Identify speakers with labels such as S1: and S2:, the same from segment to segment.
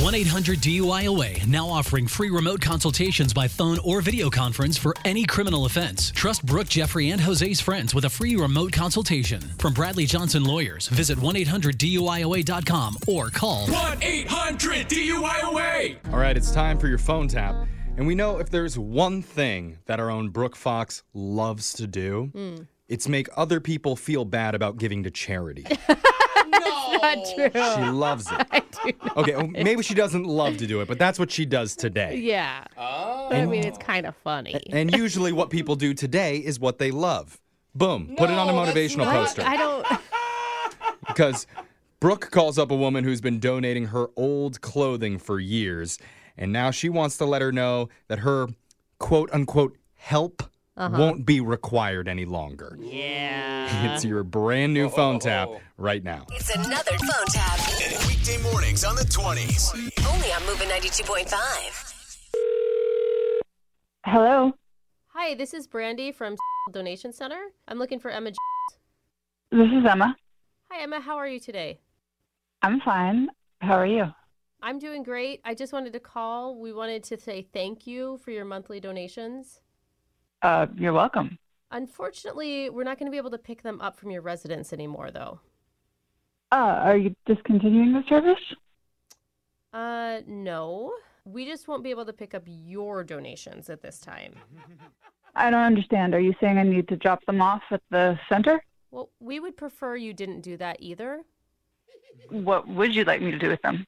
S1: 1 800 DUIOA now offering free remote consultations by phone or video conference for any criminal offense. Trust Brooke, Jeffrey, and Jose's friends with a free remote consultation. From Bradley Johnson Lawyers, visit 1 800 DUIOA.com or call
S2: 1 800 DUIOA!
S3: All right, it's time for your phone tap. And we know if there's one thing that our own Brooke Fox loves to do,
S2: Hmm.
S3: it's make other people feel bad about giving to charity.
S4: Not true.
S3: She loves it. Okay, well, maybe she doesn't love to do it, but that's what she does today.
S4: Yeah. But I mean, it's kind of funny.
S3: And usually what people do today is what they love. Boom, put it on a
S2: No, that's
S3: motivational
S2: not-
S3: poster.
S4: I don't.
S3: because Brooke calls up a woman who's been donating her old clothing for years, and now she wants to let her know that her quote unquote help won't be required any longer. Yeah. It's your brand new phone tap right now.
S5: It's another phone tap.
S6: Weekday mornings on the 20s.
S5: Only on Moving 92.5.
S7: Hello.
S4: Hi, this is Brandy from Donation Center. I'm looking for Emma. J-
S7: This is Emma.
S4: Hi, Emma. How are you today?
S7: I'm fine. How are you?
S4: I'm doing great. I just wanted to call. We wanted to say thank you for your monthly donations.
S7: Uh, you're welcome.
S4: Unfortunately, we're not going to be able to pick them up from your residence anymore, though.
S7: Uh, are you discontinuing the service?
S4: Uh, no. We just won't be able to pick up your donations at this time.
S7: I don't understand. Are you saying I need to drop them off at the center?
S4: Well, we would prefer you didn't do that either.
S7: What would you like me to do with them?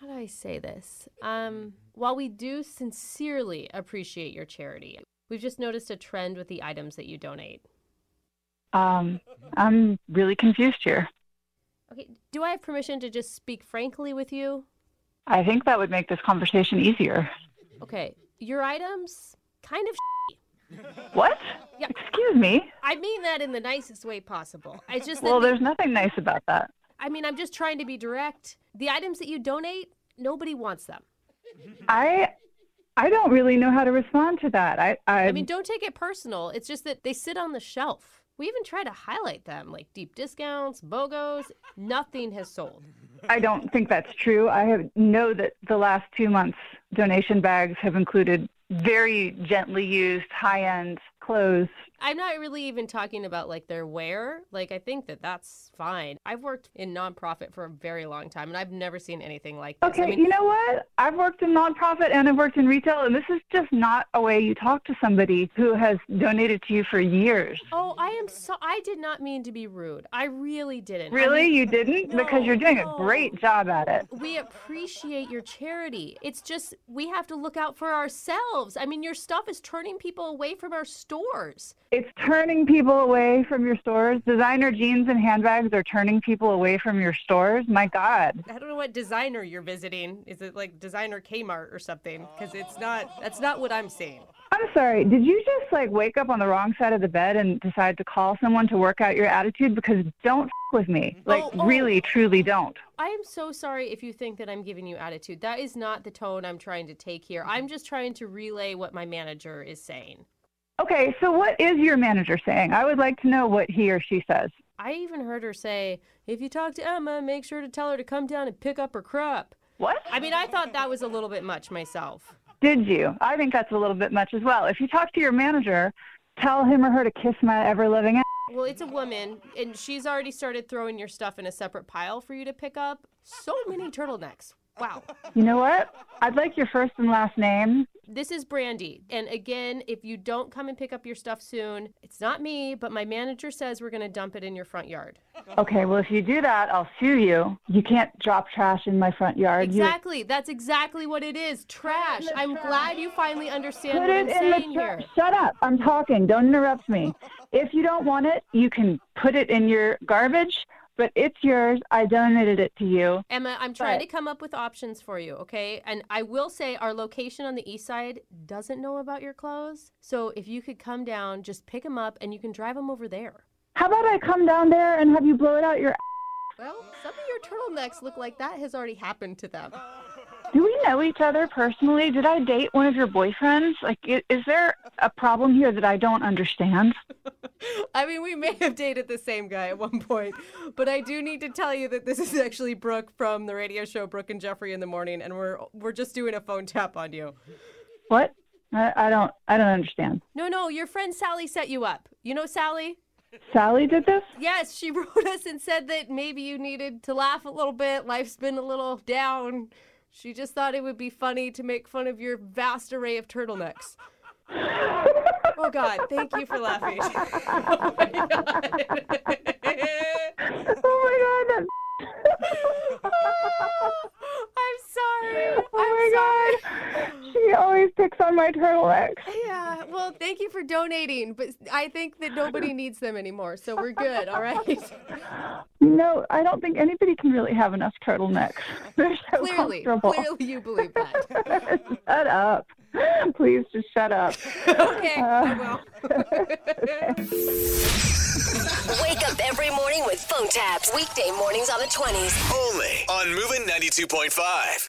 S4: How do I say this? Um, while we do sincerely appreciate your charity, we've just noticed a trend with the items that you donate.
S7: Um, I'm really confused here.
S4: Okay, do I have permission to just speak frankly with you?
S7: I think that would make this conversation easier.
S4: Okay, your items kind of.
S7: What?
S4: Yeah.
S7: Excuse me.
S4: I mean that in the nicest way possible. I just
S7: Well,
S4: that the-
S7: there's nothing nice about that.
S4: I mean, I'm just trying to be direct. The items that you donate, nobody wants them.
S7: I, I don't really know how to respond to that. I, I,
S4: I mean, don't take it personal. It's just that they sit on the shelf. We even try to highlight them, like deep discounts, BOGOs. Nothing has sold.
S7: I don't think that's true. I have, know that the last two months' donation bags have included very gently used high-end clothes.
S4: I'm not really even talking about like their wear. Like, I think that that's fine. I've worked in nonprofit for a very long time, and I've never seen anything like this.
S7: Okay,
S4: I mean,
S7: you know what? I've worked in nonprofit and I've worked in retail, and this is just not a way you talk to somebody who has donated to you for years.
S4: oh, I am so. I did not mean to be rude. I really didn't. I
S7: Really,
S4: mean,
S7: you didn't? because
S4: no,
S7: you're doing
S4: no.
S7: a great job at it.
S4: we appreciate your charity. It's just we have to look out for ourselves. I mean, your stuff is turning people away from our stores.
S7: It's turning people away from your stores. Designer jeans and handbags are turning people away from your stores. My God.
S4: I don't know what designer you're visiting. Is it like designer Kmart or something? Because it's not. That's not what I'm seeing.
S7: I'm sorry. Did you just like wake up on the wrong side of the bed and decide to call someone to work out your attitude? Because don't f- with me. Like
S4: Oh, oh.
S7: really, truly don't.
S4: I am so sorry if you think that I'm giving you attitude. That is not the tone I'm trying to take here. I'm just trying to relay what my manager is saying.
S7: Okay, so what is your manager saying? I would like to know what he or she says.
S4: I even heard her say, if you talk to Emma, make sure to tell her to come down and pick up her crap.
S7: What?
S4: I mean, I thought that was a little bit much myself.
S7: Did you? I think that's a little bit much as well. If you talk to your manager, tell him or her to kiss my ever loving ass.
S4: Well, it's a woman, and she's already started throwing your stuff in a separate pile for you to pick up. So many turtlenecks. Wow.
S7: You know what? I'd like your first and last name.
S4: This is Brandy. And again, if you don't come and pick up your stuff soon, it's not me, but my manager says we're going to dump it in your front yard.
S7: Okay, well, if you do that, I'll sue you. You can't drop trash in my front yard. You
S4: Exactly. That's exactly what it is. Trash. I'm glad you finally understand
S7: Put
S4: what I'm
S7: it in
S4: saying
S7: the
S4: here.
S7: trash. Shut up. I'm talking. Don't interrupt me. If you don't want it, you can put it in your garbage, but it's yours. I donated it to you.
S4: Emma, I'm trying
S7: But-
S4: to come up with options for you, okay? And I will say our location on the east side doesn't know about your clothes. So if you could come down, just pick them up and you can drive them over there.
S7: How about I come down there and have you blow it out your
S4: Well, some of your turtlenecks look like that has already happened to them.
S7: Do we know each other personally? Did I date one of your boyfriends? Like, i- is there a problem here that I don't understand?
S4: I mean, we may have dated the same guy at one point, but I do need to tell you that this is actually Brooke from the radio show Brooke and Jeffrey in the morning, and we're we're just doing a phone tap on you.
S7: What? I, I don't. I don't understand.
S4: No, no, your friend Sally set you up. You know Sally?
S7: Sally did this.
S4: Yes, she wrote us and said that maybe you needed to laugh a little bit. Life's been a little down. She just thought it would be funny to make fun of your vast array of turtlenecks. oh God! Thank you for laughing. oh my God.
S7: Oh my god. That,
S4: I'm sorry.
S7: oh my god. She always picks on my turtlenecks.
S4: Yeah. Well, thank you for donating, but I think that nobody needs them anymore, so we're good. All right.
S7: No, I don't think anybody can really have enough turtlenecks. They're so
S4: clearly,
S7: comfortable.
S4: clearly, you believe that.
S7: Shut up. Please just shut up.
S4: Okay. I will.
S5: Wake up every morning with phone taps. Weekday mornings on the 20s.
S6: Only on Moving 92.5.